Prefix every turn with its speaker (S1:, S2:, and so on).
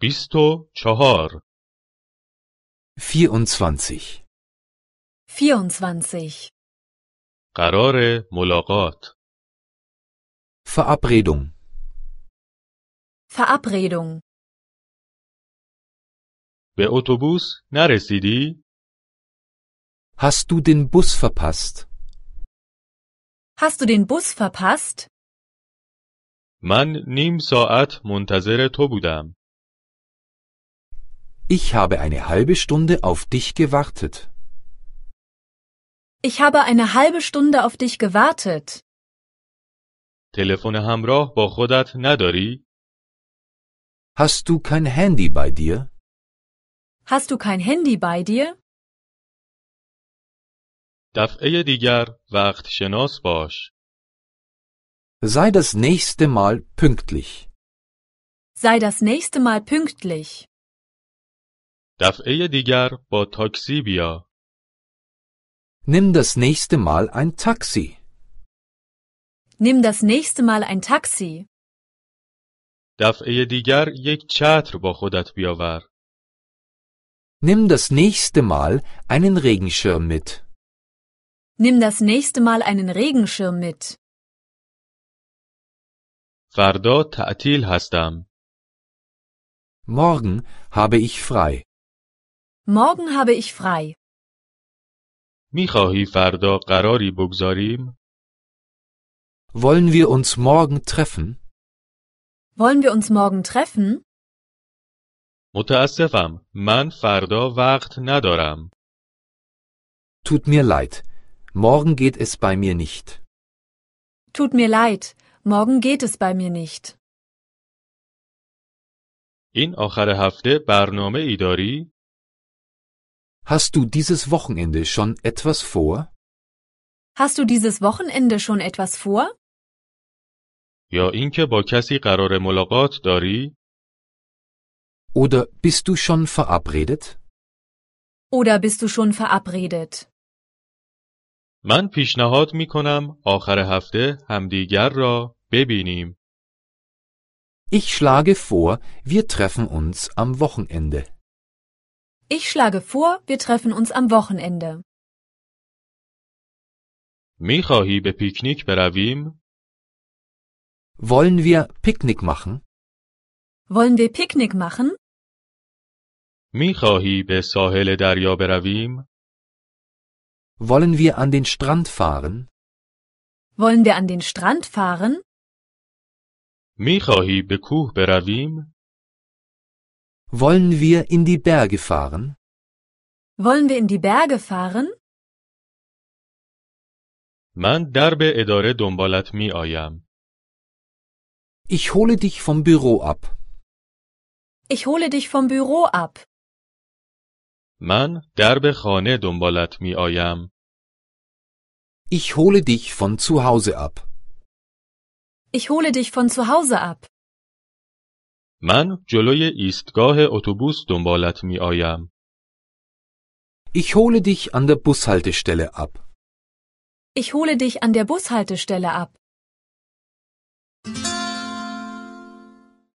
S1: بیست و چهار
S2: 24.
S3: 24.
S1: قرار ملاقات
S2: Verabredung.
S3: Verabredung.
S1: به اتوبوس نرسیدی؟
S2: Hast du den Bus verpasst?
S3: Hast du den Bus verpasst?
S1: من نیم ساعت منتظر تو بودم.
S2: Ich habe eine halbe Stunde auf dich gewartet.
S3: Ich habe eine halbe Stunde auf dich gewartet.
S1: تلفن همراه با خودت نداری؟
S2: Hast du kein Handy bei dir?
S3: Hast du kein Handy bei dir?
S1: دفعه دیگر وقت شناس باش.
S2: Sei das nächste Mal pünktlich.
S3: Sei das nächste Mal pünktlich.
S1: دفعه دیگر با تاکسی بیا.
S2: Nimm das nächste Mal ein Taxi.
S3: Nimm das nächste Mal ein Taxi.
S1: دفعه دیگر یک چتر با خودت بیاور.
S2: Nimm das nächste Mal einen Regenschirm mit.
S3: Nimm das nächste Mal einen Regenschirm mit.
S1: فردا تعطیل هستم.
S2: Morgen habe ich frei.
S3: Morgen habe ich frei.
S1: میخواهی فردا قراری بگذاریم؟
S2: Wollen wir uns morgen treffen?
S3: Wollen wir uns morgen treffen?
S1: متاسفم من فردا وقت ندارم.
S2: Tut mir leid. Morgen geht es bei mir nicht.
S3: Tut mir leid, morgen geht es bei mir nicht.
S1: این آخر هفته برنامه ای داری؟
S2: Hast du dieses Wochenende schon etwas vor?
S3: Hast du dieses Wochenende schon etwas vor?
S1: یا اینکه با کسی قرار ملاقات داری؟
S2: Oder bist du schon verabredet?
S3: Oder bist du schon verabredet?
S1: من پیشنهاد می کنم آخر هفته همدیگر را ببینیم.
S2: Ich schlage vor, wir treffen uns am Wochenende.
S3: Ich schlage vor, wir treffen uns am Wochenende.
S1: می خواهی به پیکنیک برویم؟
S2: Wollen wir Picknick machen?
S3: Wollen wir Picknick machen?
S1: می خواهی به ساحل دریا برویم؟
S2: Wollen wir an den Strand fahren?
S3: Wollen wir an den Strand fahren?
S1: می خواهی به کوه برویم؟
S2: Wollen wir in die Berge fahren?
S3: Wollen wir in die Berge fahren?
S1: من درب اداره دنبالت می آیم.
S2: Ich hole dich vom Büro ab.
S3: Ich hole dich vom Büro ab.
S1: من درب خانه دنبالت می آیم.
S2: Ich hole dich von zu Hause ab.
S3: Ich hole dich von zu Hause ab.
S1: من جلوی ایستگاه اتوبوس دنبالت می آیم.
S2: Ich hole dich an der Bushaltestelle ab.
S3: Ich hole dich an der Bushaltestelle ab.